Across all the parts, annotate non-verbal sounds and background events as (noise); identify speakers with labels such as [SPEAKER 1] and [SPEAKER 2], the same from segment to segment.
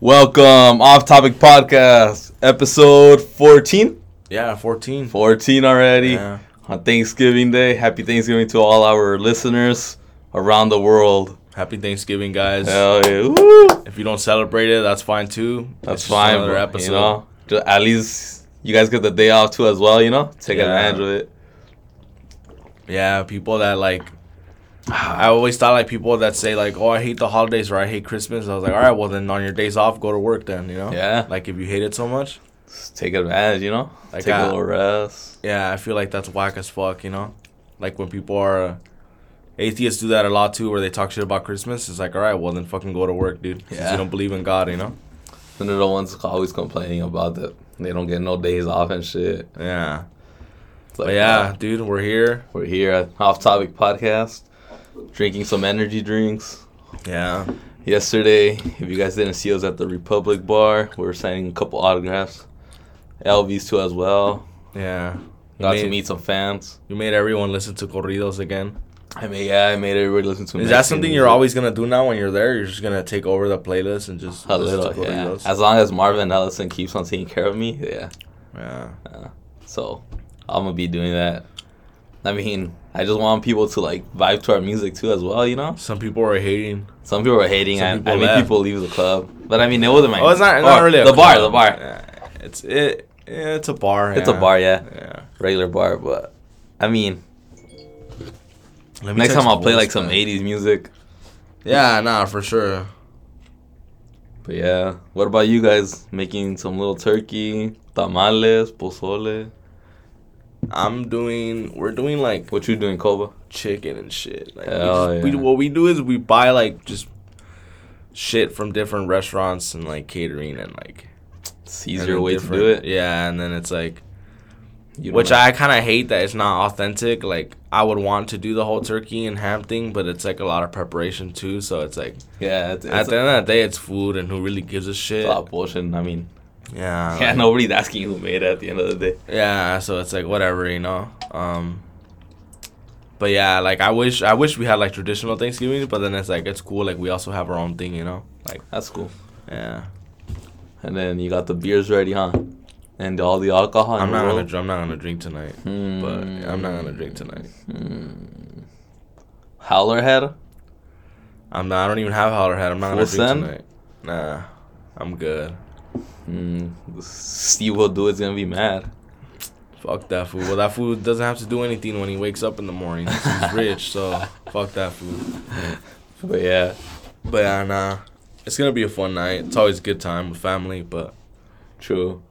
[SPEAKER 1] Welcome, Off Topic Podcast, episode 14.
[SPEAKER 2] Yeah, 14.
[SPEAKER 1] 14 already
[SPEAKER 2] Yeah.
[SPEAKER 1] on Thanksgiving Day. Happy Thanksgiving to all our listeners around the world.
[SPEAKER 2] Happy Thanksgiving, guys.
[SPEAKER 1] Hell yeah. Woo!
[SPEAKER 2] If you don't celebrate it, that's fine too.
[SPEAKER 1] That's
[SPEAKER 2] It's just
[SPEAKER 1] fine.
[SPEAKER 2] Another
[SPEAKER 1] bro,
[SPEAKER 2] episode.
[SPEAKER 1] You know? Ju- at least you guys get the day off too, as well, you know? Take
[SPEAKER 2] Yeah.
[SPEAKER 1] advantage of it.
[SPEAKER 2] Yeah, people that like. (sighs) I always thought like people that say like, "Oh, I hate the holidays" or "I hate Christmas." I was like, "All right, well then on your days off, go to work then." You know.
[SPEAKER 1] Yeah.
[SPEAKER 2] Like if you hate it so much.
[SPEAKER 1] Just take advantage, you know?
[SPEAKER 2] Like,
[SPEAKER 1] take a
[SPEAKER 2] uh,
[SPEAKER 1] little rest.
[SPEAKER 2] Yeah, I feel like that's whack as fuck. You know, like when people are. Atheists do that a lot too, where they talk shit about Christmas. It's like, all right, well then fucking go to work, dude. Since
[SPEAKER 1] Yeah.
[SPEAKER 2] you don't believe in God, you know.
[SPEAKER 1] And they're the ones always complaining about that they don't get no days off and shit.
[SPEAKER 2] Yeah.
[SPEAKER 1] It's
[SPEAKER 2] But
[SPEAKER 1] like,
[SPEAKER 2] yeah, dude, we're here.
[SPEAKER 1] We're here at Off Topic Podcast, drinking some energy drinks.
[SPEAKER 2] Yeah.
[SPEAKER 1] Yesterday, if you guys didn't see us at the Republic Bar, we were signing a couple autographs. LV's too as well.
[SPEAKER 2] Yeah.
[SPEAKER 1] Got
[SPEAKER 2] Made-
[SPEAKER 1] to meet some fans.
[SPEAKER 2] You made everyone listen to corridos again.
[SPEAKER 1] I mean, yeah, I made everybody listen to.
[SPEAKER 2] Is that
[SPEAKER 1] Mexican
[SPEAKER 2] something you're
[SPEAKER 1] music.
[SPEAKER 2] always gonna do now when you're there? You're just gonna take over the playlist and just
[SPEAKER 1] A
[SPEAKER 2] listen
[SPEAKER 1] little,
[SPEAKER 2] to
[SPEAKER 1] yeah.
[SPEAKER 2] corridos?
[SPEAKER 1] As long as Marvin Ellison keeps on taking care of me, yeah.
[SPEAKER 2] Yeah.
[SPEAKER 1] So, I'm gonna be doing that. I mean, I just want people to like vibe to our music too, as well. You know,
[SPEAKER 2] Some people are hating.
[SPEAKER 1] some people are hating.
[SPEAKER 2] Some
[SPEAKER 1] I,
[SPEAKER 2] people
[SPEAKER 1] I mean,
[SPEAKER 2] left.
[SPEAKER 1] people leave the club, but I mean, it wasn't my.
[SPEAKER 2] Oh, it's not,
[SPEAKER 1] or
[SPEAKER 2] not really a
[SPEAKER 1] the bar.
[SPEAKER 2] club.
[SPEAKER 1] The bar.
[SPEAKER 2] Yeah, It's it. yeah, It's a bar.
[SPEAKER 1] It's a
[SPEAKER 2] yeah.
[SPEAKER 1] bar, yeah.
[SPEAKER 2] Yeah.
[SPEAKER 1] regular bar, but I mean,
[SPEAKER 2] Let me
[SPEAKER 1] next
[SPEAKER 2] check
[SPEAKER 1] time I'll play
[SPEAKER 2] voice,
[SPEAKER 1] like some
[SPEAKER 2] man.
[SPEAKER 1] '80s music.
[SPEAKER 2] Yeah, nah, for sure.
[SPEAKER 1] But yeah, what about you guys? Making some little turkey, tamales, pozole.
[SPEAKER 2] I'm doing. We're doing like
[SPEAKER 1] What you doing, Koba?
[SPEAKER 2] chicken and shit. Like,
[SPEAKER 1] Hell
[SPEAKER 2] we just, we-
[SPEAKER 1] yeah.
[SPEAKER 2] what we do is we buy like just shit from different restaurants and like catering and like
[SPEAKER 1] It's
[SPEAKER 2] and
[SPEAKER 1] easier
[SPEAKER 2] then
[SPEAKER 1] way
[SPEAKER 2] different-
[SPEAKER 1] to do it.
[SPEAKER 2] Yeah, and then it's like
[SPEAKER 1] You
[SPEAKER 2] which
[SPEAKER 1] don't
[SPEAKER 2] I kind of hate that it's not authentic. Like I would want to do the whole turkey and ham thing, but it's like a lot of preparation too. So it's like
[SPEAKER 1] have- yeah, it's,
[SPEAKER 2] at
[SPEAKER 1] it's,
[SPEAKER 2] the end of the day, it's food, and who really gives a shit?
[SPEAKER 1] it's a lot of bullshit. I mean, (laughs)
[SPEAKER 2] Yeah,
[SPEAKER 1] yeah,
[SPEAKER 2] like-
[SPEAKER 1] nobody's asking who made it at the end of the day.
[SPEAKER 2] yeah. So it's like whatever, you know. Um, but yeah, like I wish I wish we had like traditional Thanksgiving, but then it's like it's cool. Like we also have our own thing, you know. Like
[SPEAKER 1] That's cool.
[SPEAKER 2] yeah,
[SPEAKER 1] And then you got the beers ready, huh? And all the alcohol. in
[SPEAKER 2] I'm
[SPEAKER 1] the
[SPEAKER 2] not gonna
[SPEAKER 1] world. Hmm.
[SPEAKER 2] dr- I'm not gonna drink tonight, but I'm not gonna drink
[SPEAKER 1] Mm.
[SPEAKER 2] tonight.
[SPEAKER 1] Howler head.
[SPEAKER 2] I'm not. I don't even have holler head. I'm not gonna
[SPEAKER 1] Full
[SPEAKER 2] drink
[SPEAKER 1] send?
[SPEAKER 2] tonight. Nah, I'm good.
[SPEAKER 1] Mm, Steve will do. It's gonna be mad.
[SPEAKER 2] Fuck that food. Well, that food doesn't have to do anything when he wakes up in the morning. He's rich, so fuck that food.
[SPEAKER 1] But yeah.
[SPEAKER 2] But yeah, nah. It's gonna be a fun night. It's always a good time with family, but
[SPEAKER 1] True.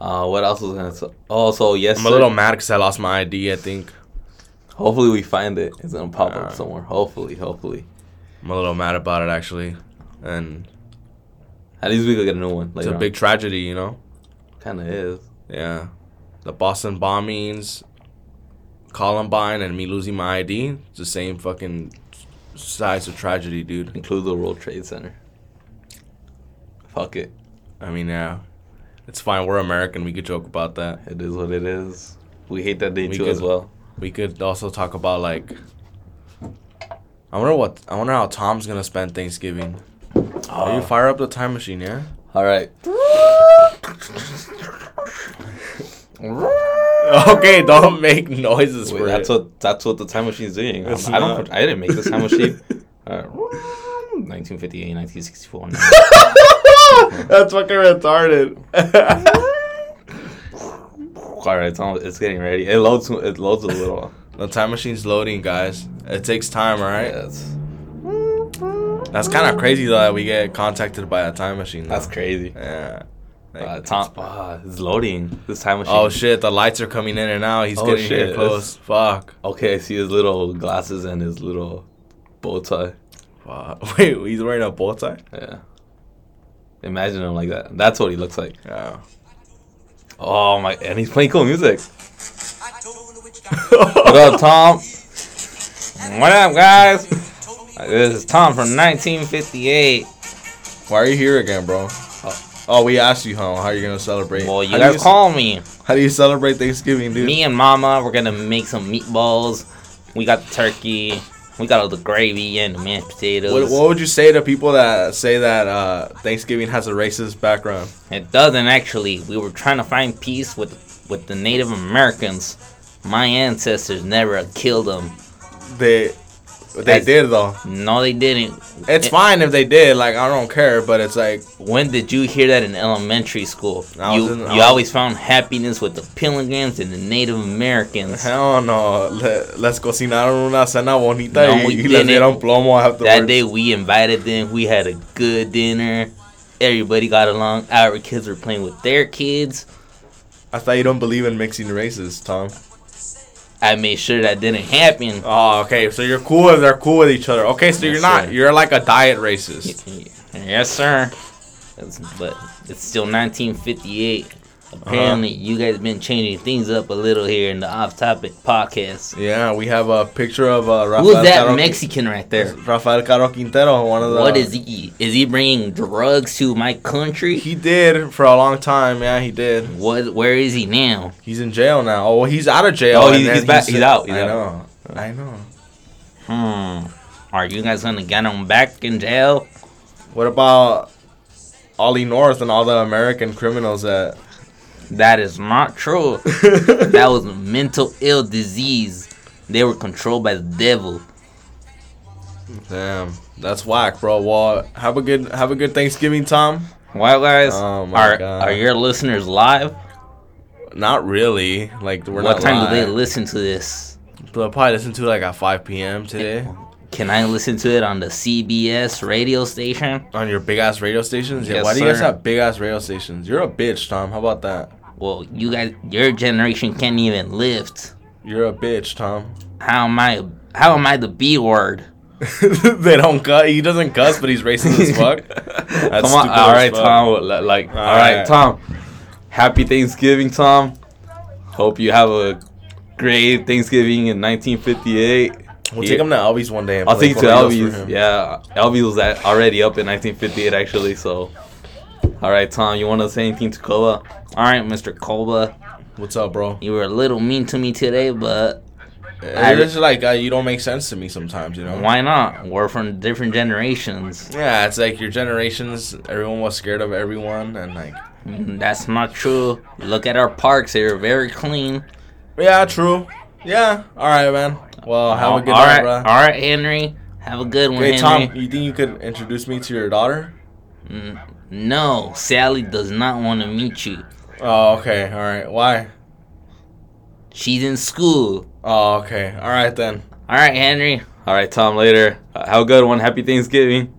[SPEAKER 1] Uh, what else was gonna? Say? Oh, so yes.
[SPEAKER 2] I'm a little mad because I lost my ID. I think
[SPEAKER 1] Hopefully we find it. It's gonna pop up
[SPEAKER 2] Uh.
[SPEAKER 1] somewhere. Hopefully, hopefully.
[SPEAKER 2] I'm a little mad about it actually, and
[SPEAKER 1] At least we could get a new one.
[SPEAKER 2] it's
[SPEAKER 1] Later
[SPEAKER 2] a big tragedy, you know.
[SPEAKER 1] Kind of is.
[SPEAKER 2] Yeah, the Boston bombings, Columbine, and me losing my ID. It's the same fucking size of tragedy, dude.
[SPEAKER 1] Include the World Trade Center. Fuck it.
[SPEAKER 2] I mean, yeah, it's fine. We're American. We could joke about that.
[SPEAKER 1] It is what it is. We hate that day
[SPEAKER 2] We
[SPEAKER 1] too as
[SPEAKER 2] could-
[SPEAKER 1] well.
[SPEAKER 2] We could also talk about like. I wonder what I wonder how Tom's gonna spend Thanksgiving. Oh, you fire up the time machine, yeah?
[SPEAKER 1] All right.
[SPEAKER 2] (laughs) Okay, don't make noises
[SPEAKER 1] Wait,
[SPEAKER 2] for
[SPEAKER 1] that's
[SPEAKER 2] it.
[SPEAKER 1] what that's what the time machine's doing. I'm-
[SPEAKER 2] It's
[SPEAKER 1] I don't.
[SPEAKER 2] not.
[SPEAKER 1] I didn't make this time
[SPEAKER 2] (laughs)
[SPEAKER 1] machine. Uh, 1958, 1964.
[SPEAKER 2] (laughs) that's fucking (laughs) retarded.
[SPEAKER 1] All right, it's, almost, it's getting ready. It loads. It loads a little.
[SPEAKER 2] the time machine's loading, guys. It takes time, all right?
[SPEAKER 1] Yes.
[SPEAKER 2] That's kind of crazy though that we get contacted by a time machine. though.
[SPEAKER 1] That's crazy.
[SPEAKER 2] yeah. Like,
[SPEAKER 1] Uh, Tom, ah, it's loading. This time machine.
[SPEAKER 2] oh shit, the lights are coming in and out. He's
[SPEAKER 1] Oh,
[SPEAKER 2] getting
[SPEAKER 1] shit,
[SPEAKER 2] here close. Fuck.
[SPEAKER 1] Okay, I see his little glasses and his little bow tie.
[SPEAKER 2] Fuck. (laughs) Wait, he's wearing a bow tie?
[SPEAKER 1] Yeah. Imagine him like that. That's what he looks like.
[SPEAKER 2] (laughs) Yeah.
[SPEAKER 1] Oh my! And he's playing cool music.
[SPEAKER 2] what
[SPEAKER 1] What up, Tom? What up, guys? This is Tom from 1958.
[SPEAKER 2] Why are you here again, bro?
[SPEAKER 1] Oh.
[SPEAKER 2] Oh, we asked you, huh? How are you gonna celebrate?
[SPEAKER 1] Well, you
[SPEAKER 2] how do
[SPEAKER 1] guys
[SPEAKER 2] ce-
[SPEAKER 1] call me.
[SPEAKER 2] How do you celebrate Thanksgiving, dude?
[SPEAKER 1] Me and Mama, we're gonna make some meatballs. We got turkey. We got all the gravy and the mashed potatoes.
[SPEAKER 2] What, what would you say to people that say that uh, Thanksgiving has a racist background?
[SPEAKER 1] It doesn't actually. We were trying to find peace with with the Native Americans. My ancestors never killed them.
[SPEAKER 2] They they
[SPEAKER 1] As-
[SPEAKER 2] did though.
[SPEAKER 1] No, they didn't.
[SPEAKER 2] It's
[SPEAKER 1] It-
[SPEAKER 2] fine if they did. Like I don't care, but it's like
[SPEAKER 1] When did you hear that in elementary school?
[SPEAKER 2] I
[SPEAKER 1] You
[SPEAKER 2] was in- I
[SPEAKER 1] you
[SPEAKER 2] was-
[SPEAKER 1] always found happiness with the Pilgrims and the Native Americans.
[SPEAKER 2] hell no. Let, let's cocinaron una cena bonita
[SPEAKER 1] No,
[SPEAKER 2] y,
[SPEAKER 1] we
[SPEAKER 2] y les
[SPEAKER 1] didn't.
[SPEAKER 2] dieron plomo
[SPEAKER 1] That
[SPEAKER 2] afterwards.
[SPEAKER 1] day we invited them. We had a good dinner. Everybody got along. Our kids were playing with their kids.
[SPEAKER 2] I thought you don't believe in mixing races, Tom.
[SPEAKER 1] I made sure that didn't happen.
[SPEAKER 2] Oh, okay. So you're cool if they're cool with each other. Okay, so
[SPEAKER 1] Yes,
[SPEAKER 2] you're not.
[SPEAKER 1] sir.
[SPEAKER 2] You're like a diet racist.
[SPEAKER 1] Yes, sir. That's- but it's still 1958. Apparently, you guys been changing things up a little here in the off-topic podcast.
[SPEAKER 2] Yeah, we have a picture of uh, Rafael.
[SPEAKER 1] Who's that
[SPEAKER 2] Caro-
[SPEAKER 1] Mexican right there?
[SPEAKER 2] Rafael Caro Quintero, one of the.
[SPEAKER 1] What is he? Is he bringing drugs to my country?
[SPEAKER 2] He did for a long time. Yeah, he did.
[SPEAKER 1] What? Where is he now?
[SPEAKER 2] He's in jail now. Oh, well, he's out of jail.
[SPEAKER 1] Oh,
[SPEAKER 2] and
[SPEAKER 1] he's-
[SPEAKER 2] then
[SPEAKER 1] he's back- he's out, he's
[SPEAKER 2] I
[SPEAKER 1] out.
[SPEAKER 2] know. I know.
[SPEAKER 1] Hmm. Are you guys gonna get him back in jail?
[SPEAKER 2] What about Ollie North and all the American criminals that?
[SPEAKER 1] That is not (laughs) true. (laughs) that was a mental ill disease. They were controlled by the devil.
[SPEAKER 2] (laughs) Damn, that's whack, bro. Well, have a good have a good Thanksgiving, Tom.
[SPEAKER 1] Well, guys,
[SPEAKER 2] Oh my
[SPEAKER 1] are
[SPEAKER 2] God.
[SPEAKER 1] are your listeners live?
[SPEAKER 2] Not really. Like we're
[SPEAKER 1] what
[SPEAKER 2] not
[SPEAKER 1] time do they
[SPEAKER 2] live.
[SPEAKER 1] listen to this?
[SPEAKER 2] They'll probably listen to it like at 5 p.m. today
[SPEAKER 1] Can I listen to it on the CBS radio station?
[SPEAKER 2] on your big ass radio stations. Yeah.
[SPEAKER 1] Yes,
[SPEAKER 2] why do you guys
[SPEAKER 1] sir.
[SPEAKER 2] have big ass radio stations? You're a bitch, Tom. How about that?
[SPEAKER 1] Well, you guys, your generation can't even lift.
[SPEAKER 2] You're a
[SPEAKER 1] (laughs)
[SPEAKER 2] bitch, Tom.
[SPEAKER 1] How am I? How am I the B word?
[SPEAKER 2] they don't cuss. He doesn't cuss, but he's racist as fuck. (laughs) That's
[SPEAKER 1] Come on,
[SPEAKER 2] stupid
[SPEAKER 1] all
[SPEAKER 2] as
[SPEAKER 1] right,
[SPEAKER 2] fuck.
[SPEAKER 1] Tom. li- Like, all right.
[SPEAKER 2] right.
[SPEAKER 1] Tom. Happy Thanksgiving, Tom. Hope you have a great Thanksgiving in 1958.
[SPEAKER 2] (laughs) We'll
[SPEAKER 1] Yeah.
[SPEAKER 2] take him to Albies one day. And
[SPEAKER 1] I'll
[SPEAKER 2] play
[SPEAKER 1] take you to
[SPEAKER 2] corridos for
[SPEAKER 1] Elvis.
[SPEAKER 2] him.
[SPEAKER 1] Yeah, Elvis was at, already up in 1958, actually. So, all right, Tom, you want to say anything to Koba? All right, Mr. Koba,
[SPEAKER 2] What's up, bro?
[SPEAKER 1] you were a little mean to me today, but I-
[SPEAKER 2] It's just like uh, you don't make sense to me sometimes, you know.
[SPEAKER 1] why not? We're from different generations.
[SPEAKER 2] Yeah, it's like your generations. Everyone was scared of everyone, and like,
[SPEAKER 1] Mm, That's not true. Look at our parks; they're very clean.
[SPEAKER 2] yeah, true. Yeah, all right, man. Well, have a good
[SPEAKER 1] all
[SPEAKER 2] night,
[SPEAKER 1] right,
[SPEAKER 2] bro.
[SPEAKER 1] all right, Henry. Have a good one,
[SPEAKER 2] Hey,
[SPEAKER 1] Henry.
[SPEAKER 2] Tom, you think you could introduce me to your daughter?
[SPEAKER 1] Mm, No, Sally does not want to meet you.
[SPEAKER 2] Oh, okay. All right. Why?
[SPEAKER 1] She's in school.
[SPEAKER 2] Oh, okay. All right then.
[SPEAKER 1] All right, Henry. All right, Tom. Later. Uh, have a good one. Happy Thanksgiving.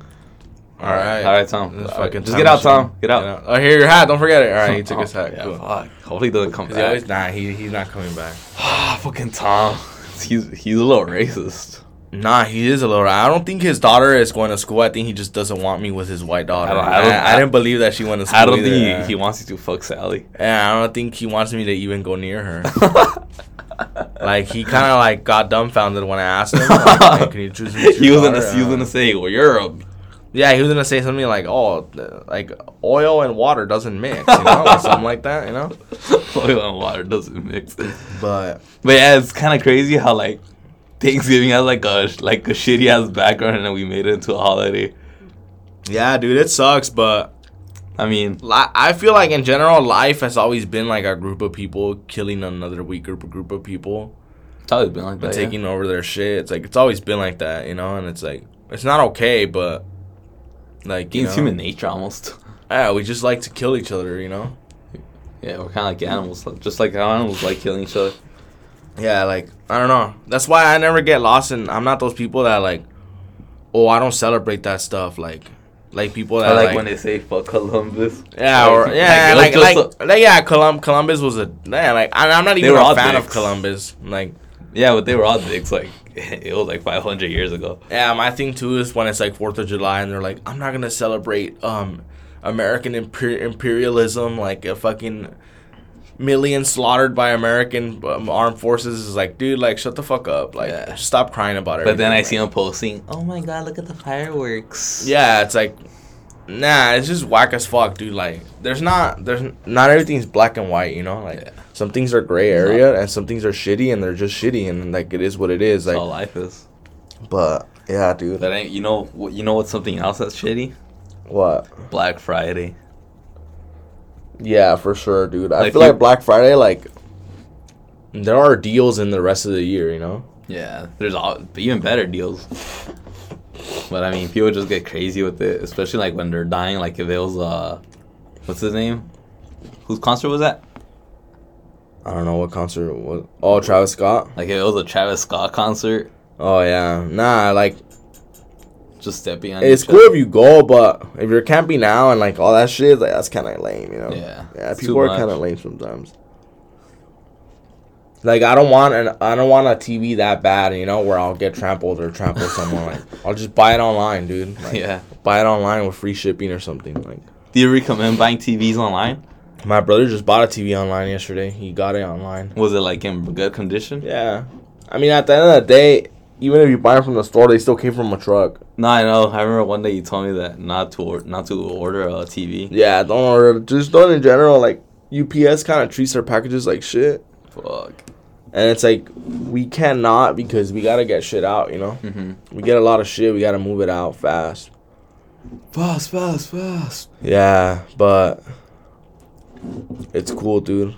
[SPEAKER 2] All right.
[SPEAKER 1] All right, Tom.
[SPEAKER 2] This
[SPEAKER 1] All
[SPEAKER 2] fucking
[SPEAKER 1] right. Just
[SPEAKER 2] time
[SPEAKER 1] get out,
[SPEAKER 2] machine.
[SPEAKER 1] Tom. Get out. Oh,
[SPEAKER 2] Oh, here, your hat. Don't forget it.
[SPEAKER 1] (laughs)
[SPEAKER 2] All right, he took his hat.
[SPEAKER 1] Yeah,
[SPEAKER 2] Cool.
[SPEAKER 1] fuck. Hopefully, he doesn't come
[SPEAKER 2] Is he always-
[SPEAKER 1] back. (sighs)
[SPEAKER 2] nah, he, he's not coming back.
[SPEAKER 1] Ah, fucking Tom. (laughs) He's he's a little racist.
[SPEAKER 2] Nah, he is a little. I don't think his daughter is going to school. I think he just doesn't want me with his white daughter.
[SPEAKER 1] I
[SPEAKER 2] I,
[SPEAKER 1] don't- I don't-
[SPEAKER 2] I didn't believe that she went to school.
[SPEAKER 1] I don't
[SPEAKER 2] either.
[SPEAKER 1] think he, he wants you to fuck Sally. (laughs)
[SPEAKER 2] Yeah, I don't think he wants me to even go near her. like he kind of like got dumbfounded when I asked him.
[SPEAKER 1] (laughs)
[SPEAKER 2] Like, "Hey, can you choose me?
[SPEAKER 1] he was gonna he was gonna say, "Well, you're a (laughs)
[SPEAKER 2] Yeah, he was gonna say something like, "Oh, th- like oil and water doesn't mix," you know, or something like that,
[SPEAKER 1] (laughs)
[SPEAKER 2] you know.
[SPEAKER 1] oil and water doesn't mix."
[SPEAKER 2] But
[SPEAKER 1] But yeah, it's kind of crazy how like Thanksgiving has like a like a shitty ass background, and then we made it into a holiday.
[SPEAKER 2] yeah, dude, it sucks. But
[SPEAKER 1] I mean,
[SPEAKER 2] li- I feel like in general, life has always been like a group of people killing another weaker group of people.
[SPEAKER 1] it's always been like
[SPEAKER 2] but
[SPEAKER 1] that. Oh, yeah.
[SPEAKER 2] taking over their shit. It's like it's always been like that, you know. And it's like it's not okay, but like you
[SPEAKER 1] It's
[SPEAKER 2] know,
[SPEAKER 1] human nature almost. (laughs)
[SPEAKER 2] Yeah, we just like to kill each other, you know.
[SPEAKER 1] Yeah, we're kind of like animals, like- just like how animals like killing each other.
[SPEAKER 2] Yeah, like I don't know. That's why I never get lost, and I'm not those people that like, oh, I don't celebrate that stuff. Like, like people that
[SPEAKER 1] I like,
[SPEAKER 2] like,
[SPEAKER 1] when they say "fuck Columbus."
[SPEAKER 2] yeah,
[SPEAKER 1] (laughs) Like,
[SPEAKER 2] or
[SPEAKER 1] like,
[SPEAKER 2] yeah,
[SPEAKER 1] it
[SPEAKER 2] like
[SPEAKER 1] was
[SPEAKER 2] like,
[SPEAKER 1] just
[SPEAKER 2] like, yeah, Colum- Columbus was a yeah, like I, I'm not even
[SPEAKER 1] were
[SPEAKER 2] a
[SPEAKER 1] all
[SPEAKER 2] fan of
[SPEAKER 1] dicks.
[SPEAKER 2] Columbus. Like,
[SPEAKER 1] Yeah, but they were all dicks. Like (laughs) it was like 500 years ago.
[SPEAKER 2] Yeah, my thing too is when it's like Fourth of July and they're like, I'm not gonna celebrate um American imper- imperialism, like a fucking million slaughtered by American um, armed forces. Is like, dude, like shut the fuck up, like
[SPEAKER 1] Yeah.
[SPEAKER 2] stop crying about it.
[SPEAKER 1] But then I see them posting, "Oh my god, look at the fireworks!"
[SPEAKER 2] Yeah, it's like, nah, it's just whack as fuck, dude. Like, there's not, there's n- not everything's black and white, you know. Like,
[SPEAKER 1] Yeah.
[SPEAKER 2] some things are gray area and some things are shitty and they're just shitty and like it is what it is.
[SPEAKER 1] that's
[SPEAKER 2] Like,
[SPEAKER 1] all life is.
[SPEAKER 2] But yeah, dude.
[SPEAKER 1] That ain't you know wh- you know what's something else that's shitty?
[SPEAKER 2] What?
[SPEAKER 1] Black Friday.
[SPEAKER 2] Yeah, for sure, dude. I
[SPEAKER 1] Like,
[SPEAKER 2] feel
[SPEAKER 1] you-
[SPEAKER 2] like Black Friday, like there are deals in the rest of the year, you know.
[SPEAKER 1] Yeah, there's all even better deals. But I mean, people just get crazy with it, especially like when they're dying. Like if it was uh, what's his name? Whose concert was that?
[SPEAKER 2] I don't know what concert it was. Oh, Travis Scott.
[SPEAKER 1] Like if it was a Travis Scott concert,
[SPEAKER 2] Oh yeah, nah. Like
[SPEAKER 1] just stepping on.
[SPEAKER 2] it's
[SPEAKER 1] each
[SPEAKER 2] cool if you go, but if you're camping now and like all that shit, like that's kind of lame, you know.
[SPEAKER 1] Yeah,
[SPEAKER 2] Yeah,
[SPEAKER 1] it's too
[SPEAKER 2] people are
[SPEAKER 1] much.
[SPEAKER 2] kind of lame sometimes. Like I don't want an I don't want a TV that bad, you know, where I'll get trampled or trample someone. Like I'll just buy it online, (laughs) dude.
[SPEAKER 1] (laughs)
[SPEAKER 2] Like,
[SPEAKER 1] Yeah.
[SPEAKER 2] buy it online with free shipping or something. Like
[SPEAKER 1] Do you recommend buying TVs online?
[SPEAKER 2] my brother just bought a TV online yesterday. He got it online.
[SPEAKER 1] Was it like in good condition?
[SPEAKER 2] Yeah, I mean at the end of the day, even if you buy it from the store, they still came from a truck.
[SPEAKER 1] No, I know. I remember one day you told me that not to or- not to order a TV.
[SPEAKER 2] Yeah, don't order. Just don't in general. Like UPS kind of treats their packages like shit,
[SPEAKER 1] Fuck.
[SPEAKER 2] and it's like we cannot because we gotta get shit out. You know,
[SPEAKER 1] Mm-hmm.
[SPEAKER 2] we get a lot of shit. We gotta move it out fast.
[SPEAKER 1] Fast, fast, fast.
[SPEAKER 2] Yeah, but it's cool, dude.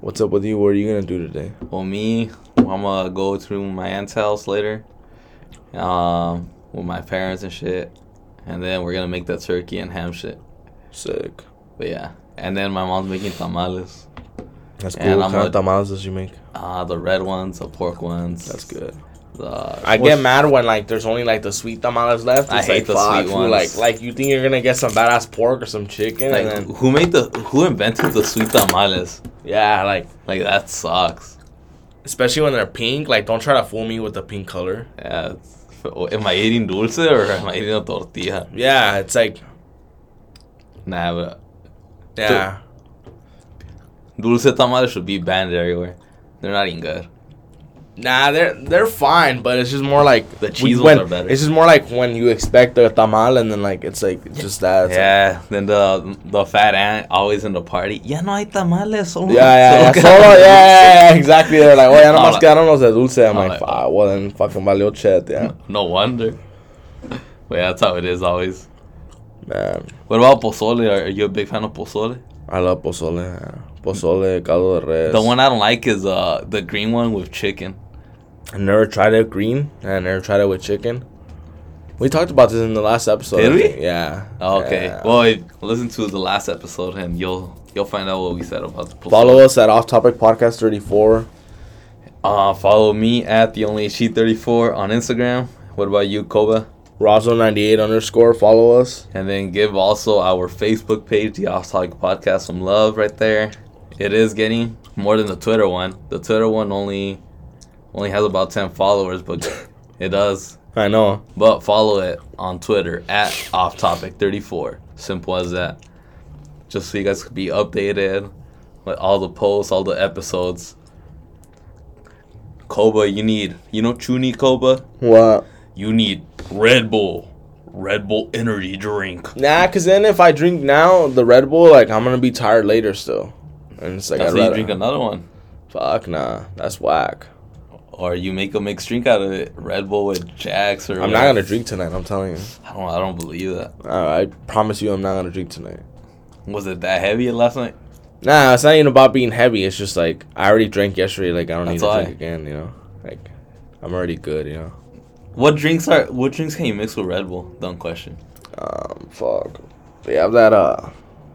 [SPEAKER 2] What's up with you? What are you gonna do today?
[SPEAKER 1] Well, me, I'm gonna go to my aunt's house later, um, with my parents and shit, and then we're gonna make that turkey and ham shit.
[SPEAKER 2] Sick.
[SPEAKER 1] But yeah, and then my mom's making tamales.
[SPEAKER 2] That's cool.
[SPEAKER 1] And
[SPEAKER 2] what
[SPEAKER 1] I'm
[SPEAKER 2] kind
[SPEAKER 1] a-
[SPEAKER 2] of tamales does you make?
[SPEAKER 1] Uh, the red ones, the pork ones.
[SPEAKER 2] That's good.
[SPEAKER 1] The,
[SPEAKER 2] I get mad when like there's only like the sweet tamales left.
[SPEAKER 1] I
[SPEAKER 2] It's
[SPEAKER 1] hate
[SPEAKER 2] like,
[SPEAKER 1] the
[SPEAKER 2] fuck,
[SPEAKER 1] sweet
[SPEAKER 2] who,
[SPEAKER 1] ones.
[SPEAKER 2] Like like you think you're gonna get some badass pork or some chicken,
[SPEAKER 1] Like,
[SPEAKER 2] and then
[SPEAKER 1] who made the who invented the sweet tamales?
[SPEAKER 2] yeah, like
[SPEAKER 1] Like that sucks.
[SPEAKER 2] especially when they're pink. Like, don't try to fool me with the pink color.
[SPEAKER 1] Yeah. it's- Uh, Am I eating dulce or am I eating a tortilla?
[SPEAKER 2] Yeah, it's like
[SPEAKER 1] Nah, but
[SPEAKER 2] yeah,
[SPEAKER 1] dulce tamales should be banned everywhere. They're not even good.
[SPEAKER 2] nah, they're they're fine, but it's just more like
[SPEAKER 1] The cheese
[SPEAKER 2] when,
[SPEAKER 1] ones are better.
[SPEAKER 2] It's just more like when you expect a tamal and then like it's like it's just that. It's
[SPEAKER 1] Yeah, then the the fat aunt always in the party. Ya no hay tamales. Solo,
[SPEAKER 2] Like,
[SPEAKER 1] (laughs)
[SPEAKER 2] yeah, yeah, yeah.
[SPEAKER 1] solo
[SPEAKER 2] Solo, yeah, yeah, yeah, exactly. They're like, oh, yeah, no
[SPEAKER 1] All
[SPEAKER 2] más
[SPEAKER 1] like-
[SPEAKER 2] quedaron los de dulce. I'm
[SPEAKER 1] all
[SPEAKER 2] like,
[SPEAKER 1] like-
[SPEAKER 2] ah, well, then fucking valió chet, yeah.
[SPEAKER 1] (laughs) No wonder. But yeah, that's how it is always.
[SPEAKER 2] Man,
[SPEAKER 1] What about pozole? Are, are you a big fan of pozole?
[SPEAKER 2] I love pozole. yeah. Pozole, caldo de res.
[SPEAKER 1] The one I don't like is uh the green one with chicken.
[SPEAKER 2] I never tried it green, and I never tried it with chicken. We talked about this in the last episode.
[SPEAKER 1] Did
[SPEAKER 2] I
[SPEAKER 1] we? Oh,
[SPEAKER 2] think. Yeah.
[SPEAKER 1] Okay.
[SPEAKER 2] yeah.
[SPEAKER 1] Well, if- listen to the last episode and you'll you'll find out what we said about the pozole.
[SPEAKER 2] Follow us at Off Topic Podcast 34.
[SPEAKER 1] Uh, follow me at the only she34 on Instagram. What about you, Koba?
[SPEAKER 2] Roswell98 underscore. Follow us.
[SPEAKER 1] And then give also our Facebook page, the Off Topic Podcast, some love right there. It is getting more than the Twitter one. The Twitter one only only has about ten followers, but (laughs) it does.
[SPEAKER 2] I know.
[SPEAKER 1] But follow it on Twitter at Off Topic Thirty Four. Simple as that. Just so you guys could be updated with all the posts, all the episodes. Koba, you need you know Chuni Koba.
[SPEAKER 2] What?
[SPEAKER 1] You need Red Bull, Red Bull energy drink.
[SPEAKER 2] Nah, because then if I drink now the Red Bull, like, I'm going to be tired later still. And it's like,
[SPEAKER 1] That's how
[SPEAKER 2] I'd
[SPEAKER 1] you
[SPEAKER 2] rather-
[SPEAKER 1] drink another one.
[SPEAKER 2] Fuck, nah. That's whack.
[SPEAKER 1] Or you make a mixed drink out of it, Red Bull with Jax or.
[SPEAKER 2] I'm not going to drink tonight. I'm telling you.
[SPEAKER 1] I don't. I don't believe that.
[SPEAKER 2] I I promise you, I'm not going to drink tonight.
[SPEAKER 1] Was it that heavy last night?
[SPEAKER 2] Nah, it's not even about being heavy. It's just like, I already drank yesterday. Like, I don't
[SPEAKER 1] That's
[SPEAKER 2] need to
[SPEAKER 1] why.
[SPEAKER 2] drink again, you know? Like, I'm already good, you know?
[SPEAKER 1] What drinks are? What drinks can you mix with Red Bull? Dumb question.
[SPEAKER 2] Um, fuck. They have that, uh,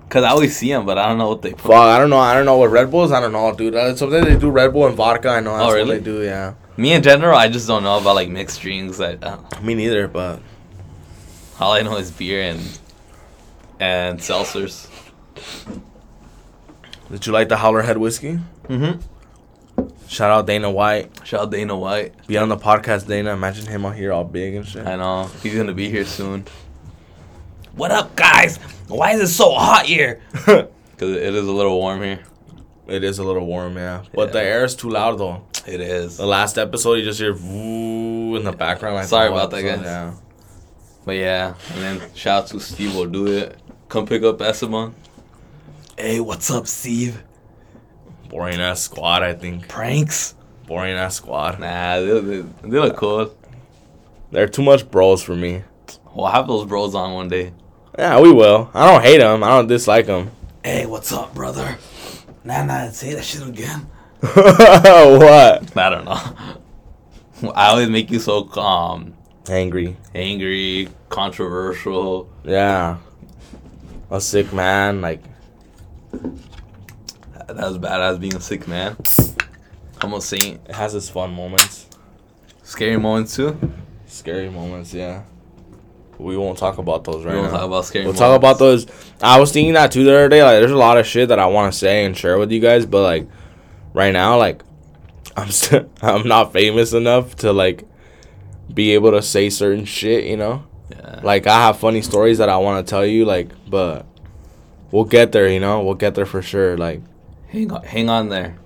[SPEAKER 1] Cause I always see them, but I don't know what they put.
[SPEAKER 2] Fuck, I don't know. I don't know what Red Bulls. I don't know, dude. Uh, Sometimes they do Red Bull and vodka. I know that's
[SPEAKER 1] Oh, really?
[SPEAKER 2] what they do. Yeah.
[SPEAKER 1] Me in general, I just don't know about like mixed drinks. I, uh,
[SPEAKER 2] Me neither, but
[SPEAKER 1] all I know is beer and and seltzers.
[SPEAKER 2] did you like the Howler Head whiskey?
[SPEAKER 1] Mm-hmm.
[SPEAKER 2] Shout out Dana White.
[SPEAKER 1] Shout out Dana White.
[SPEAKER 2] Be on the podcast, Dana. Imagine him out here all big and shit.
[SPEAKER 1] I know he's gonna be here soon. What up, guys? Why is it so hot here? (laughs) Cause it is a little warm here.
[SPEAKER 2] it is a little warm, yeah. But
[SPEAKER 1] Yeah.
[SPEAKER 2] the air is too loud though.
[SPEAKER 1] It is.
[SPEAKER 2] The last episode, you just hear "Voo" in the background. Like
[SPEAKER 1] Sorry
[SPEAKER 2] the whole
[SPEAKER 1] about that,
[SPEAKER 2] episode,
[SPEAKER 1] guys. But yeah, and then shout out to Steve will do it. Come pick up Esteban. Hey, what's up, Steve?
[SPEAKER 2] Yeah. Boring ass squad, I think.
[SPEAKER 1] Pranks?
[SPEAKER 2] Boring ass squad.
[SPEAKER 1] Nah, they, they, they look cool.
[SPEAKER 2] They're too much bros for me.
[SPEAKER 1] We'll have those bros on one day.
[SPEAKER 2] Yeah, we will. I don't hate them. I don't dislike them.
[SPEAKER 1] Hey, what's up, brother? Nah, nah, say that shit again.
[SPEAKER 2] (laughs) what?
[SPEAKER 1] I don't know. (laughs) I always make you so um
[SPEAKER 2] Angry.
[SPEAKER 1] angry, controversial.
[SPEAKER 2] Yeah. A sick man. Like,
[SPEAKER 1] That's badass being a sick man. I'm a saint.
[SPEAKER 2] it has its fun moments,
[SPEAKER 1] Scary moments too.
[SPEAKER 2] scary moments. Yeah. We won't talk about those right
[SPEAKER 1] we won't
[SPEAKER 2] now.
[SPEAKER 1] talk about scary.
[SPEAKER 2] We'll talk about those. I was thinking that too the other day. Like, there's a lot of shit that I want to say and share with you guys, but like, right now, like, I'm (laughs) st- I'm not famous enough to like be able to say certain shit. You know,
[SPEAKER 1] Yeah.
[SPEAKER 2] like I have funny stories that I want to tell you. Like, but we'll get there. You know, we'll get there for sure. Like,
[SPEAKER 1] Hang on, hang on there.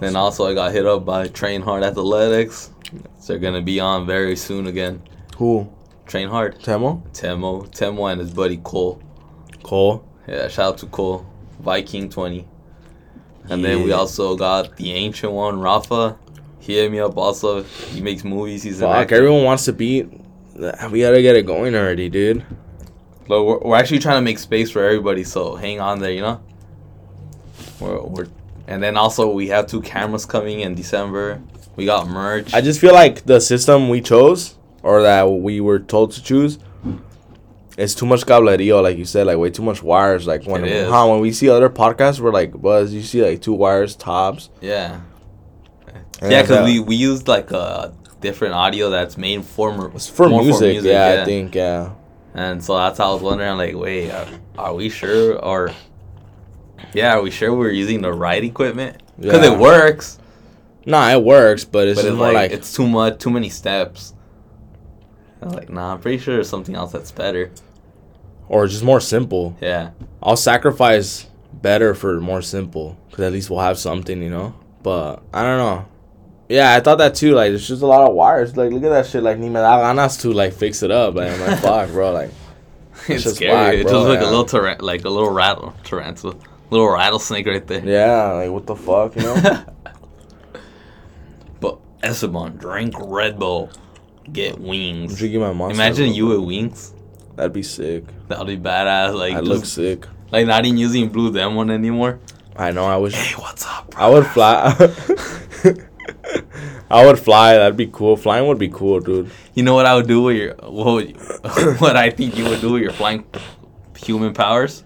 [SPEAKER 1] Then also, I got hit up by Train Hard Athletics. They're gonna be on very soon again.
[SPEAKER 2] who?
[SPEAKER 1] Train Hard,
[SPEAKER 2] Temo,
[SPEAKER 1] Temo, Temo, and his buddy Cole.
[SPEAKER 2] Cole,
[SPEAKER 1] Yeah, shout out to Cole, Viking Twenty. And then we
[SPEAKER 2] Yeah.
[SPEAKER 1] also got the ancient one, Rafa. He hit me up also. He makes movies. He's an
[SPEAKER 2] fuck.
[SPEAKER 1] actor.
[SPEAKER 2] Everyone wants to beat. We gotta get it going already, dude.
[SPEAKER 1] But we're, we're actually trying to make space for everybody, so hang on there, you know. We're, we're and then also we have two cameras coming in December. We got merch.
[SPEAKER 2] I just feel like the system we chose or that we were told to choose is too much cablerío, like you said, like way too much wires. Like when
[SPEAKER 1] It is.
[SPEAKER 2] huh, when we see other podcasts, we're like, Buzz, you see like two wires tops.
[SPEAKER 1] yeah,
[SPEAKER 2] And uh,
[SPEAKER 1] yeah,
[SPEAKER 2] that's how-
[SPEAKER 1] because we, we used like a different audio that's made for mer-
[SPEAKER 2] it's for
[SPEAKER 1] more
[SPEAKER 2] music, yeah, I think, yeah.
[SPEAKER 1] And so that's how I was wondering, like, wait, are, are we sure? Or yeah, are we sure we're using the right equipment? Because
[SPEAKER 2] Yeah.
[SPEAKER 1] it works,
[SPEAKER 2] Nah, it works, but it's
[SPEAKER 1] but
[SPEAKER 2] just
[SPEAKER 1] it's
[SPEAKER 2] more
[SPEAKER 1] like,
[SPEAKER 2] like,
[SPEAKER 1] it's too much, too many steps. I was like, nah, I'm pretty sure there's something else that's better.
[SPEAKER 2] or just more simple.
[SPEAKER 1] Yeah.
[SPEAKER 2] I'll sacrifice better for more simple because at least we'll have something, you know. But I don't know. Yeah, I thought that too. Like, it's just a lot of wires. Like, look at that shit. Like, ni me da ganas to like fix it up. Like, I'm
[SPEAKER 1] (laughs)
[SPEAKER 2] like, fuck, bro. Like,
[SPEAKER 1] It's
[SPEAKER 2] just
[SPEAKER 1] scary.
[SPEAKER 2] whack,
[SPEAKER 1] it
[SPEAKER 2] bro,
[SPEAKER 1] just looked
[SPEAKER 2] yeah.
[SPEAKER 1] a little taran- like a little rattle tarantula, little rattlesnake right there.
[SPEAKER 2] Yeah, like what the
[SPEAKER 1] (laughs)
[SPEAKER 2] fuck, you know?
[SPEAKER 1] But Esteban, drink Red Bull, get wings.
[SPEAKER 2] Drinking my monster.
[SPEAKER 1] Imagine
[SPEAKER 2] bro.
[SPEAKER 1] you with wings.
[SPEAKER 2] That'd be sick.
[SPEAKER 1] That'll be badass. Like
[SPEAKER 2] I
[SPEAKER 1] just,
[SPEAKER 2] look sick.
[SPEAKER 1] like not even using blue them one anymore.
[SPEAKER 2] I know. I wish
[SPEAKER 1] Hey, what's up?
[SPEAKER 2] I would fly. (laughs) I would fly. That'd be cool. Flying would be cool, dude.
[SPEAKER 1] You know what I would do with your what would you, (laughs) what I think you would do with your flying human powers?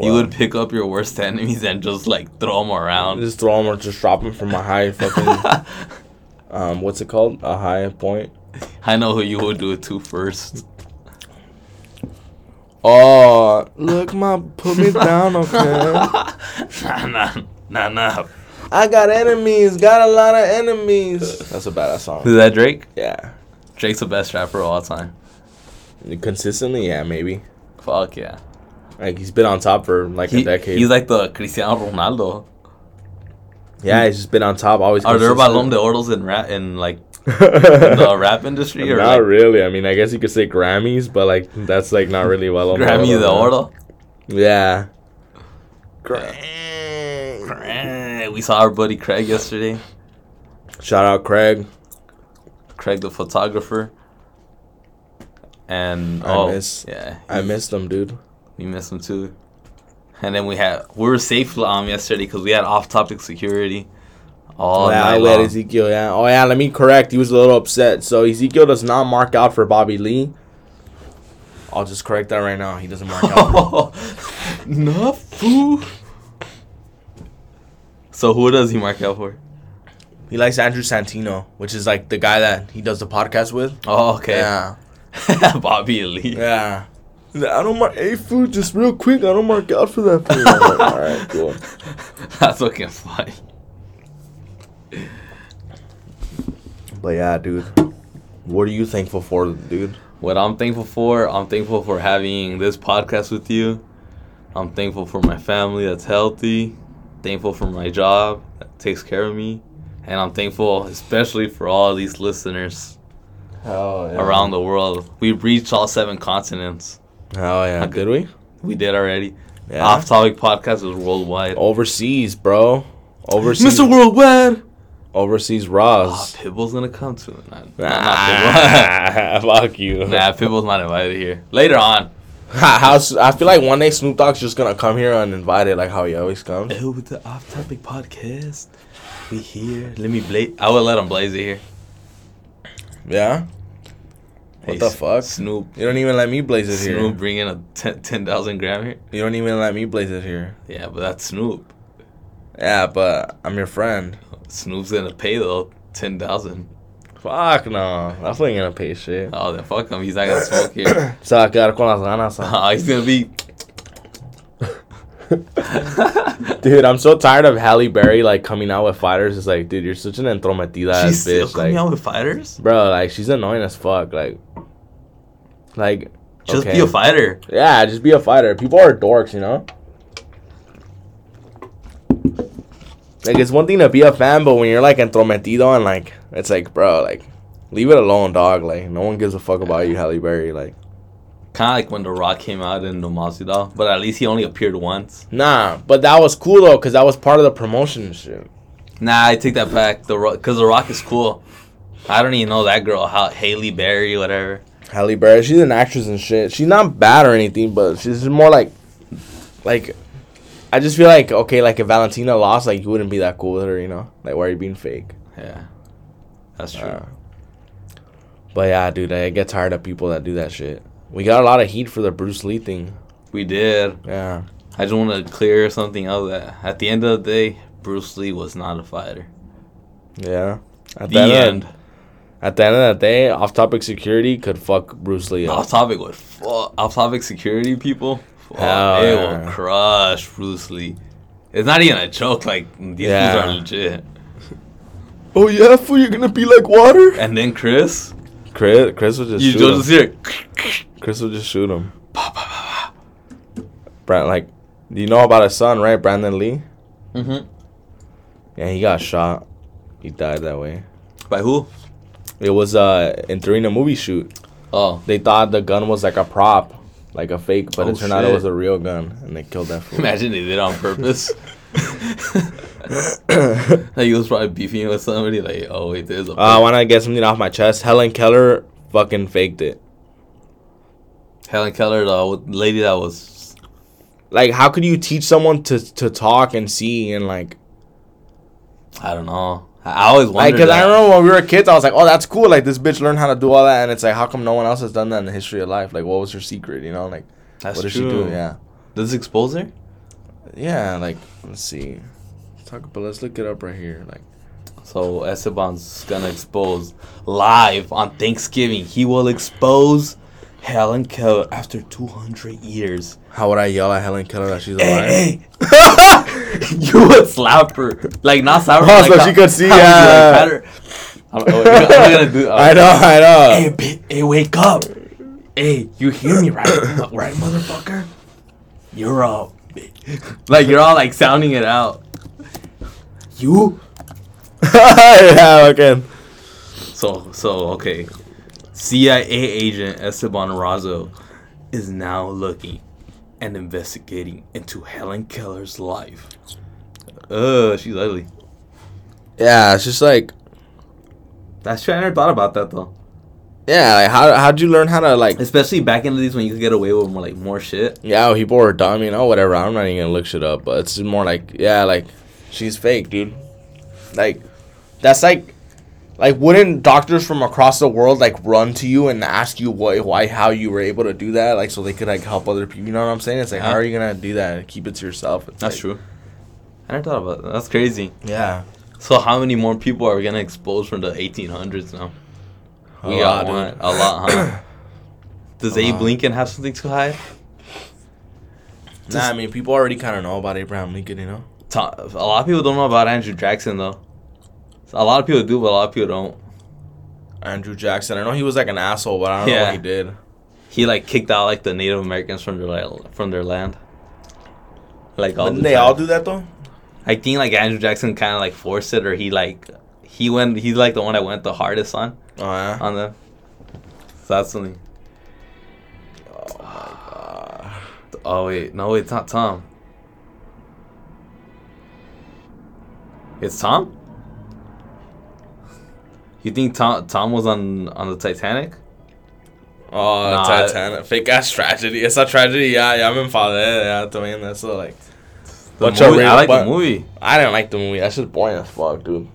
[SPEAKER 1] You
[SPEAKER 2] Wow.
[SPEAKER 1] would pick up your worst enemies and just like throw them around.
[SPEAKER 2] just throw them or just drop them from a
[SPEAKER 1] (laughs)
[SPEAKER 2] high fucking um. What's it called? A high point.
[SPEAKER 1] I know who you would do it to first.
[SPEAKER 2] Oh, look, my put me down,
[SPEAKER 1] (laughs)
[SPEAKER 2] okay.
[SPEAKER 1] nah, nah, nah, nah.
[SPEAKER 2] I got enemies. Got a lot of enemies. That's a badass song.
[SPEAKER 1] Is that Drake?
[SPEAKER 2] Yeah.
[SPEAKER 1] Drake's the best rapper of all time.
[SPEAKER 2] Consistently, yeah, maybe.
[SPEAKER 1] Fuck yeah.
[SPEAKER 2] Like he's been on top for like
[SPEAKER 1] He,
[SPEAKER 2] a decade.
[SPEAKER 1] he's like the Cristiano Ronaldo.
[SPEAKER 2] yeah, he's just been on top. Always.
[SPEAKER 1] Are there
[SPEAKER 2] consistent.
[SPEAKER 1] balón de oros in rap in like
[SPEAKER 2] (laughs)
[SPEAKER 1] the rap industry or
[SPEAKER 2] not
[SPEAKER 1] like,
[SPEAKER 2] really. I mean, I guess you could say Grammys, but like that's like not really well.
[SPEAKER 1] Grammy de Oro?
[SPEAKER 2] Yeah.
[SPEAKER 1] Eh, We saw our buddy Craig yesterday.
[SPEAKER 2] Shout out Craig.
[SPEAKER 1] Craig the photographer. And
[SPEAKER 2] I
[SPEAKER 1] oh
[SPEAKER 2] miss-
[SPEAKER 1] yeah,
[SPEAKER 2] I missed him, dude.
[SPEAKER 1] we missed him too. And then we had we were safe um yesterday because we had off topic security. All
[SPEAKER 2] yeah,
[SPEAKER 1] night
[SPEAKER 2] I let
[SPEAKER 1] long.
[SPEAKER 2] Ezekiel. Yeah. Oh yeah. Let me correct. He was a little upset. So Ezekiel does not mark out for Bobby Lee. I'll just correct that right now. He doesn't mark
[SPEAKER 1] (laughs)
[SPEAKER 2] out.
[SPEAKER 1] Nah, fool. So who does he mark out for?
[SPEAKER 2] he likes Andrew Santino, which is like the guy that he does the podcast with.
[SPEAKER 1] Oh, okay.
[SPEAKER 2] Yeah.
[SPEAKER 1] (laughs) Bobby Lee.
[SPEAKER 2] Yeah. I don't mark a food just real quick. I don't mark out for that food. I'm like, All right, cool.
[SPEAKER 1] That's fucking funny.
[SPEAKER 2] (laughs) But yeah, dude. What are you thankful for, dude?
[SPEAKER 1] What I'm thankful for, I'm thankful for having this podcast with you. I'm thankful for my family that's healthy. Thankful for my job that takes care of me. And I'm thankful especially for all these listeners
[SPEAKER 2] Hell yeah.
[SPEAKER 1] around the world. We've reached all seven continents.
[SPEAKER 2] Hell yeah. Did we?
[SPEAKER 1] We did already.
[SPEAKER 2] Yeah.
[SPEAKER 1] Off topic podcast is worldwide.
[SPEAKER 2] Overseas, bro. Overseas.
[SPEAKER 1] Worldwide.
[SPEAKER 3] overseas
[SPEAKER 1] Ah,
[SPEAKER 3] Raws.
[SPEAKER 1] Pitbull's gonna come to it. Not, not- not Pitbull.
[SPEAKER 2] (laughs)
[SPEAKER 3] Ah, fuck
[SPEAKER 1] (laughs)
[SPEAKER 3] you.
[SPEAKER 1] nah, Pitbull's not invited here. Later on.
[SPEAKER 2] How, how's- I feel like one day Snoop Dogg's just gonna come here uninvited, like how he always
[SPEAKER 1] (laughs)
[SPEAKER 2] comes.
[SPEAKER 1] Ew, with the off topic podcast. We here. Let me blaze. I would let him blaze it here.
[SPEAKER 2] Yeah. What the
[SPEAKER 1] S-
[SPEAKER 2] fuck?
[SPEAKER 1] Snoop.
[SPEAKER 2] You don't even let me blaze it
[SPEAKER 1] Snoop
[SPEAKER 2] here.
[SPEAKER 1] bringing a 10 10,000 gram here?
[SPEAKER 2] You don't even let me blaze it here.
[SPEAKER 1] Yeah, but that's Snoop.
[SPEAKER 2] Yeah, but I'm your friend.
[SPEAKER 1] Snoop's gonna pay though. 10,000.
[SPEAKER 2] Fuck no. That's ain't gonna pay shit.
[SPEAKER 1] Oh, then fuck him. He's not gonna smoke
[SPEAKER 2] (coughs)
[SPEAKER 1] here.
[SPEAKER 2] Se va a quedar con las ganas. huh?
[SPEAKER 1] oh, he's gonna
[SPEAKER 2] (laughs)
[SPEAKER 1] be.
[SPEAKER 2] Dude, I'm so tired of Halle Berry like coming out with fighters. It's like, dude, you're such an entrometida ass
[SPEAKER 1] She's still
[SPEAKER 2] bitch.
[SPEAKER 1] coming
[SPEAKER 2] Like,
[SPEAKER 1] out with fighters?
[SPEAKER 2] bro, like she's annoying as fuck. Like, like,
[SPEAKER 1] Just
[SPEAKER 2] okay.
[SPEAKER 1] be a fighter.
[SPEAKER 2] yeah, just be a fighter. People are dorks, you know. Like it's one thing to be a fan, but when you're like entrometido and like, it's like, bro, like, leave it alone, dog. Like, no one gives a fuck about you, Halle Berry. Like,
[SPEAKER 1] Kind of like when The Rock came out in Nomazidal, but at least he only appeared once.
[SPEAKER 2] nah. But that was cool though, cause that was part of the promotion and shit.
[SPEAKER 1] Nah, I take that back. The because The Rock is cool. I don't even know that girl, how Haley Berry, whatever.
[SPEAKER 2] Halle Berry, she's an actress and shit. She's not bad or anything, but she's just more like, like, I just feel like okay, like if Valentina lost, like you wouldn't be that cool with her, you know? Like, why are you being fake?
[SPEAKER 1] Yeah, that's true.
[SPEAKER 2] Uh, but yeah, dude, I get tired of people that do that shit. We got a lot of heat for the Bruce Lee thing.
[SPEAKER 1] we did.
[SPEAKER 2] Yeah,
[SPEAKER 1] I just want to clear something up. That at the end of the day, Bruce Lee was not a fighter.
[SPEAKER 2] yeah. At
[SPEAKER 1] The
[SPEAKER 2] the, end,
[SPEAKER 1] end.
[SPEAKER 2] At the end of the day, off-topic security could fuck Bruce Lee. Up.
[SPEAKER 1] Off topic would fuck. Off topic security people. Fuck,
[SPEAKER 2] Hell
[SPEAKER 1] they
[SPEAKER 2] yeah.
[SPEAKER 1] will crush Bruce Lee. It's not even a joke. Like these
[SPEAKER 2] Yeah.
[SPEAKER 1] dudes are legit.
[SPEAKER 2] Oh yeah, fool, you're gonna be like water.
[SPEAKER 1] And then Chris,
[SPEAKER 2] Chris, Chris would just
[SPEAKER 1] you
[SPEAKER 2] shoot him.
[SPEAKER 1] just hear.
[SPEAKER 2] Chris will just shoot him. Brand like, you know about his son, right? Brandon Lee. Mm-hmm.
[SPEAKER 1] Mhm.
[SPEAKER 2] Yeah, he got shot. He died that way.
[SPEAKER 1] By who?
[SPEAKER 2] It was uh in during a movie shoot.
[SPEAKER 1] Oh, (laughs)
[SPEAKER 2] They thought the gun was like a prop, like a fake, but
[SPEAKER 1] Oh,
[SPEAKER 2] it turned out it
[SPEAKER 1] shit.
[SPEAKER 2] was a real gun, and they killed that fool.
[SPEAKER 1] imagine they did it on (laughs) purpose.
[SPEAKER 2] (laughs)
[SPEAKER 1] like he was probably beefing with somebody. Like, oh wait, there's a.
[SPEAKER 2] Uh, I want to get something off my chest. Helen Keller fucking faked it.
[SPEAKER 1] (laughs) Helen Keller, the old lady that was.
[SPEAKER 2] Like, how could you teach someone to to talk and see and like
[SPEAKER 1] I don't know. I I always
[SPEAKER 2] Like,
[SPEAKER 1] wondered.
[SPEAKER 2] cause I
[SPEAKER 1] that.
[SPEAKER 2] remember when we were kids, I was like, "Oh, that's cool! Like, this bitch learned how to do all that." And it's like, how come no one else has done that in the history of life? Like, what was her secret? You know, like,
[SPEAKER 1] That's
[SPEAKER 2] what did
[SPEAKER 1] true.
[SPEAKER 2] she do? Yeah,
[SPEAKER 1] Does this expose her?
[SPEAKER 2] yeah. Like, let's see. Let's talk, but let's look it up right here. Like,
[SPEAKER 1] So Esteban's gonna expose live on Thanksgiving. He will expose Helen Keller after 200 years.
[SPEAKER 2] how would I yell at Helen Keller that she's alive? (laughs)
[SPEAKER 1] Hey, hey. (laughs) you would slap her, like not slap her.
[SPEAKER 2] Oh,
[SPEAKER 1] but (laughs)
[SPEAKER 2] so
[SPEAKER 1] like
[SPEAKER 2] she
[SPEAKER 1] how-
[SPEAKER 2] could see,
[SPEAKER 1] how you,
[SPEAKER 2] yeah.
[SPEAKER 1] pat her. I'm, oh, I'm gonna do.
[SPEAKER 2] (laughs) I know, I know.
[SPEAKER 1] Hey, bi- hey, wake up! Hey, you hear me, right, (coughs) right, motherfucker? You're all like you're all like sounding it out. You
[SPEAKER 2] (laughs) yeah, okay.
[SPEAKER 1] So so okay. CIA agent Esteban Razo is now looking and investigating into Helen Keller's life. Uh, she's ugly.
[SPEAKER 2] Yeah, it's just like,
[SPEAKER 1] That's true. I never thought about that though.
[SPEAKER 2] yeah, like how how'd you learn how to like?
[SPEAKER 1] Especially back in the days when you could get away with more like more shit.
[SPEAKER 2] Yeah, oh, people are dumb, you know, whatever. I'm not even gonna look shit up, but it's just more like, yeah, like she's fake, dude. Like, that's like, like wouldn't doctors from across the world like run to you and ask you why, why, how you were able to do that, like so they could like help other people. You know what I'm saying? It's like, how are you gonna do that? Keep it to yourself. It's
[SPEAKER 1] Uh-huh. That's
[SPEAKER 2] like-
[SPEAKER 1] true. I never thought about that. That's crazy.
[SPEAKER 2] Yeah,
[SPEAKER 1] So how many more people are we gonna expose from the 1800s now?
[SPEAKER 2] A
[SPEAKER 1] we got
[SPEAKER 2] lot, dude.
[SPEAKER 1] one. A lot, huh? Does
[SPEAKER 2] A
[SPEAKER 1] Abe
[SPEAKER 2] lot.
[SPEAKER 1] Lincoln have something to hide?
[SPEAKER 2] (coughs) nah, I mean, people already kind of know about Abraham Lincoln, you know.
[SPEAKER 1] To- a lot of people don't know about Andrew Jackson though. A lot of people do, but a lot of people don't.
[SPEAKER 2] Andrew Jackson. I know he was like an asshole, but I don't know
[SPEAKER 1] Yeah.
[SPEAKER 2] what he did.
[SPEAKER 1] He like kicked out like the Native Americans from their like, from their land. Like all the
[SPEAKER 2] Didn't they
[SPEAKER 1] time.
[SPEAKER 2] all do that though?
[SPEAKER 1] I think like Andrew Jackson kind of like forced it, or he like he went. He's like the one that went the hardest on
[SPEAKER 2] Oh yeah.
[SPEAKER 1] on them. So that's something.
[SPEAKER 2] Oh my god.
[SPEAKER 1] Oh wait, no, it's not Tom. It's Tom. You think Tom Tom was on on the Titanic?
[SPEAKER 2] Oh,
[SPEAKER 1] Nah,
[SPEAKER 2] Titanic. Fake ass (laughs) tragedy. It's not tragedy. Yeah, yeah, I'm in father. Yeah, también. That's so, like.
[SPEAKER 1] The
[SPEAKER 2] What's your
[SPEAKER 1] movie-
[SPEAKER 2] real-
[SPEAKER 1] I like
[SPEAKER 2] what-
[SPEAKER 1] the movie.
[SPEAKER 2] I didn't like the movie. That's just boring as fuck, dude.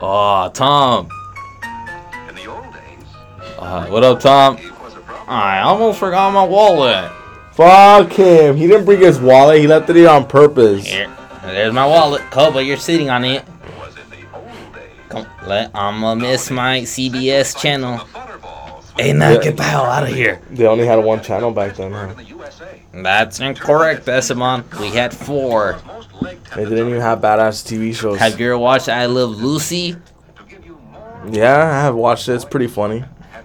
[SPEAKER 1] Oh, Tom.
[SPEAKER 3] In the old days,
[SPEAKER 1] Uh, what up, Tom?
[SPEAKER 3] it was a problem.
[SPEAKER 1] I almost forgot my wallet.
[SPEAKER 2] Fuck him. He didn't bring his wallet. He left it here on purpose.
[SPEAKER 1] Here, there's my wallet. Coba, you're sitting on it.
[SPEAKER 3] Was in the old days.
[SPEAKER 1] Come, let I'ma miss my CBS channel.
[SPEAKER 3] The Butterballs
[SPEAKER 1] Hey, now get the hell out of here.
[SPEAKER 2] They only had one channel back then.
[SPEAKER 3] were
[SPEAKER 2] Huh?
[SPEAKER 3] in the USA.
[SPEAKER 1] That's incorrect, Esteban. We had four.
[SPEAKER 3] Most leg
[SPEAKER 2] They
[SPEAKER 3] tendons
[SPEAKER 2] didn't even have badass TV shows.
[SPEAKER 1] Have you ever watched I Love Lucy?
[SPEAKER 3] to give you more
[SPEAKER 2] yeah, I have watched it. It's pretty funny.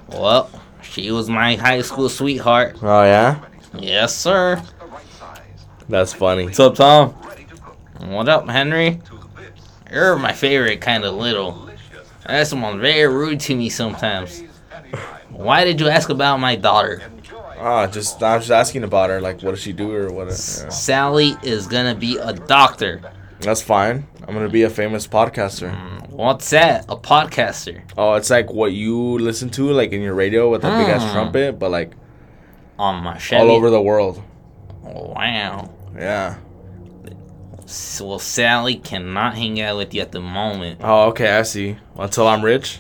[SPEAKER 1] Well, she was my high school sweetheart.
[SPEAKER 2] Oh yeah,
[SPEAKER 1] Yes, sir.
[SPEAKER 3] the right size,
[SPEAKER 2] that's funny.
[SPEAKER 1] What's up, Tom?
[SPEAKER 3] ready to cook.
[SPEAKER 1] What up, Henry?
[SPEAKER 3] To the bits,
[SPEAKER 1] You're my favorite kind of little.
[SPEAKER 3] delicious
[SPEAKER 1] Esteban's very rude to me sometimes.
[SPEAKER 3] days anytime.
[SPEAKER 1] Why did you ask about my daughter?
[SPEAKER 3] Enjoy
[SPEAKER 2] Ah, just I was just asking about her. Like, what does she do or what? yeah.
[SPEAKER 1] Sally is gonna be a doctor.
[SPEAKER 2] That's fine. I'm gonna be a famous podcaster.
[SPEAKER 1] What's that? A podcaster
[SPEAKER 2] Oh, it's like what you listen to, like in your radio with that big ass
[SPEAKER 1] Hmm.
[SPEAKER 2] trumpet, but like
[SPEAKER 1] on my Chevy.
[SPEAKER 2] all over the world.
[SPEAKER 1] Wow.
[SPEAKER 2] Yeah.
[SPEAKER 1] S- Well, Sally cannot hang out with you at the moment.
[SPEAKER 2] Oh, okay, I see. Until I'm rich.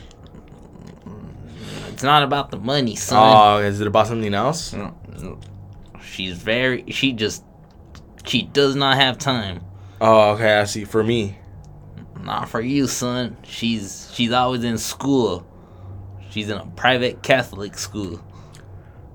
[SPEAKER 1] It's not about the money, son.
[SPEAKER 2] Oh, is it about something else?
[SPEAKER 1] She's very. She just. She does not have time.
[SPEAKER 2] Oh, okay, I see. For me.
[SPEAKER 1] Not for you, son. She's she's always in school. She's in a private Catholic school.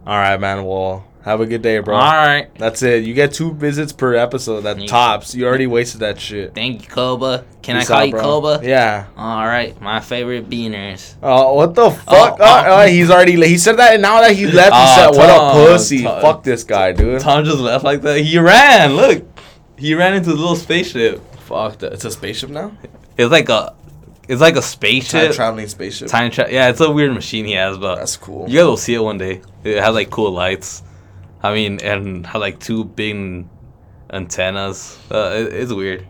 [SPEAKER 2] All right, man. Well, have a good day, bro.
[SPEAKER 1] All right.
[SPEAKER 2] That's it. You get two visits per episode. That
[SPEAKER 1] Yeah.
[SPEAKER 2] tops. You already wasted that shit.
[SPEAKER 1] Thank you, Koba. Can
[SPEAKER 2] Peace
[SPEAKER 1] I call
[SPEAKER 2] out,
[SPEAKER 1] you
[SPEAKER 2] bro.
[SPEAKER 1] Koba?
[SPEAKER 2] Yeah.
[SPEAKER 1] All right. My favorite beaners.
[SPEAKER 2] Oh, what the fuck?
[SPEAKER 1] oh.
[SPEAKER 2] Uh, uh, he's already. le- He said that, and now that he left, he
[SPEAKER 1] Oh,
[SPEAKER 2] said, "What
[SPEAKER 1] Tom,
[SPEAKER 2] a pussy!
[SPEAKER 1] Tom.
[SPEAKER 2] fuck this guy, dude."
[SPEAKER 1] Tom just left like that. He ran. Look, he ran into the little spaceship.
[SPEAKER 2] Fuck that. It's a spaceship now.
[SPEAKER 1] It's like a, it's like a
[SPEAKER 2] Time
[SPEAKER 1] spaceship.
[SPEAKER 2] traveling spaceship.
[SPEAKER 1] Time trap. Yeah, it's a weird machine he has, but
[SPEAKER 2] That's cool.
[SPEAKER 1] you guys will see it one day. It has like cool lights. I mean, and had like two big antennas. Uh, it, it's weird.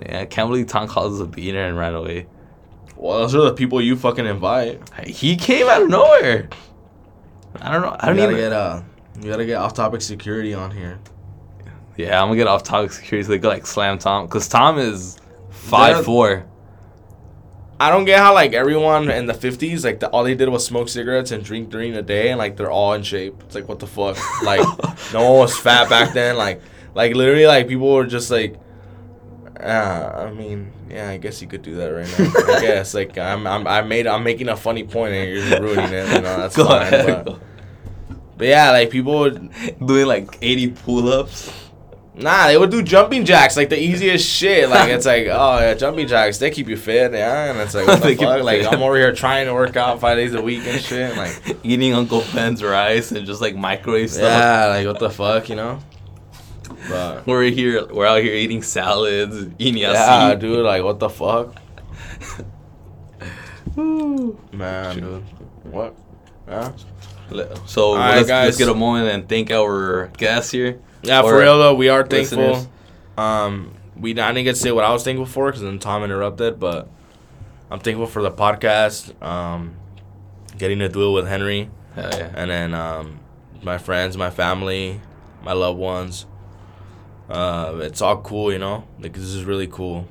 [SPEAKER 1] Yeah, I can't believe Tom calls us a beaner and ran away.
[SPEAKER 2] Well, those are the people you fucking invite.
[SPEAKER 1] He came out of nowhere. I don't know. I
[SPEAKER 2] I
[SPEAKER 1] don't
[SPEAKER 2] gotta
[SPEAKER 1] even.
[SPEAKER 2] get uh, you gotta get off-topic security on here.
[SPEAKER 1] yeah, I'm gonna get off topic security. So they go like slam Tom, cause Tom is five four.
[SPEAKER 2] I don't get how like everyone in the fifties, like the, all they did was smoke cigarettes and drink during the day, and like they're all in shape. It's like what the fuck? (laughs) Like no one was fat back then. Like like literally like people were just like, uh, I mean yeah, I guess you could do that right now. (laughs) I guess like I'm, I'm I made I'm making a funny point and you're ruining it.
[SPEAKER 1] (laughs)
[SPEAKER 2] You know (laughs) that's
[SPEAKER 1] Go
[SPEAKER 2] fine.
[SPEAKER 1] ahead.
[SPEAKER 2] But, but yeah, like people would
[SPEAKER 1] (laughs) Doing like 80 pull ups.
[SPEAKER 2] nah they would do jumping jacks like the easiest shit. Like it's like (laughs) oh yeah jumping jacks they keep you fit yeah and it's (laughs) like what
[SPEAKER 1] They
[SPEAKER 2] the
[SPEAKER 1] keep
[SPEAKER 2] fuck
[SPEAKER 1] you
[SPEAKER 2] like
[SPEAKER 1] fit.
[SPEAKER 2] I'm over here trying to work out five days a week and shit (laughs) like.
[SPEAKER 1] (laughs) Eating Uncle Ben's rice and just like microwave stuff.
[SPEAKER 2] Yeah, like what the fuck, you know? But
[SPEAKER 1] We're here. We're out here eating salads, eating
[SPEAKER 2] yeah,
[SPEAKER 1] yeah,
[SPEAKER 2] dude, like what the fuck? Man, dude, what? Yeah,
[SPEAKER 1] So
[SPEAKER 2] right,
[SPEAKER 1] let's,
[SPEAKER 2] guys.
[SPEAKER 1] let's get a moment and thank our guests here.
[SPEAKER 2] yeah.
[SPEAKER 1] Or
[SPEAKER 2] For real though, we are thankful.
[SPEAKER 1] listeners.
[SPEAKER 2] Um, we I didn't get to say what I was thankful for because then Tom interrupted, but I'm thankful for the podcast. Um, getting to do it with Henry.
[SPEAKER 1] Hell yeah.
[SPEAKER 2] and then um, my friends, my family, my loved ones. Uh, it's all cool, you know. Like this is really cool,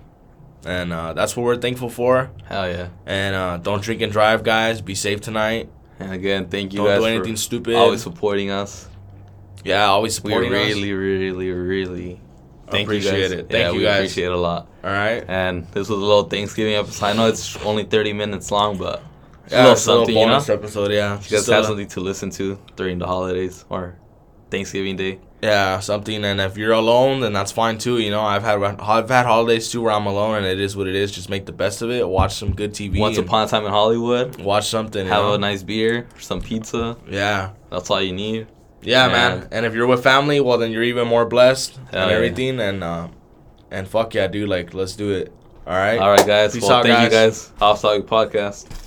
[SPEAKER 2] and uh, that's what we're thankful for.
[SPEAKER 1] Hell yeah.
[SPEAKER 2] And uh, don't drink and drive, guys. Be safe tonight.
[SPEAKER 1] And again, thank you
[SPEAKER 2] don't
[SPEAKER 1] guys
[SPEAKER 2] do anything
[SPEAKER 1] for
[SPEAKER 2] stupid.
[SPEAKER 1] always supporting us.
[SPEAKER 2] yeah, always
[SPEAKER 1] We
[SPEAKER 2] supporting
[SPEAKER 1] really, really, really thank you guys.
[SPEAKER 2] Appreciate it. Thank
[SPEAKER 1] yeah,
[SPEAKER 2] you
[SPEAKER 1] we
[SPEAKER 2] guys.
[SPEAKER 1] appreciate it a lot.
[SPEAKER 2] us. All right.
[SPEAKER 1] And this was a little Thanksgiving episode. I know it's only 30 minutes long, but it's a
[SPEAKER 2] Yeah,
[SPEAKER 1] little
[SPEAKER 2] it's a little
[SPEAKER 1] something, you know?
[SPEAKER 2] bonus episode. Yeah.
[SPEAKER 1] You guys
[SPEAKER 2] Still-
[SPEAKER 1] have something to listen to during the holidays or Thanksgiving Day.
[SPEAKER 2] Yeah, something. And if you're alone, then that's fine too. You know, I've had I've had holidays too where I'm alone, and it is what it is. Just make the best of it. Watch some good TV.
[SPEAKER 1] Once
[SPEAKER 2] and
[SPEAKER 1] upon a time in Hollywood,
[SPEAKER 2] watch something. you
[SPEAKER 1] have
[SPEAKER 2] know?
[SPEAKER 1] a nice beer, some pizza.
[SPEAKER 2] yeah.
[SPEAKER 1] That's all you need.
[SPEAKER 2] Yeah,
[SPEAKER 1] Yeah.
[SPEAKER 2] man. And if you're with family, well, then you're even more blessed
[SPEAKER 1] Hell
[SPEAKER 2] and
[SPEAKER 1] yeah.
[SPEAKER 2] everything. And uh, and fuck yeah, dude. Like, let's do it. All right.
[SPEAKER 1] All right, guys.
[SPEAKER 2] Peace
[SPEAKER 1] well,
[SPEAKER 2] out,
[SPEAKER 1] thank
[SPEAKER 2] guys.
[SPEAKER 1] you guys. Off Topic Podcast.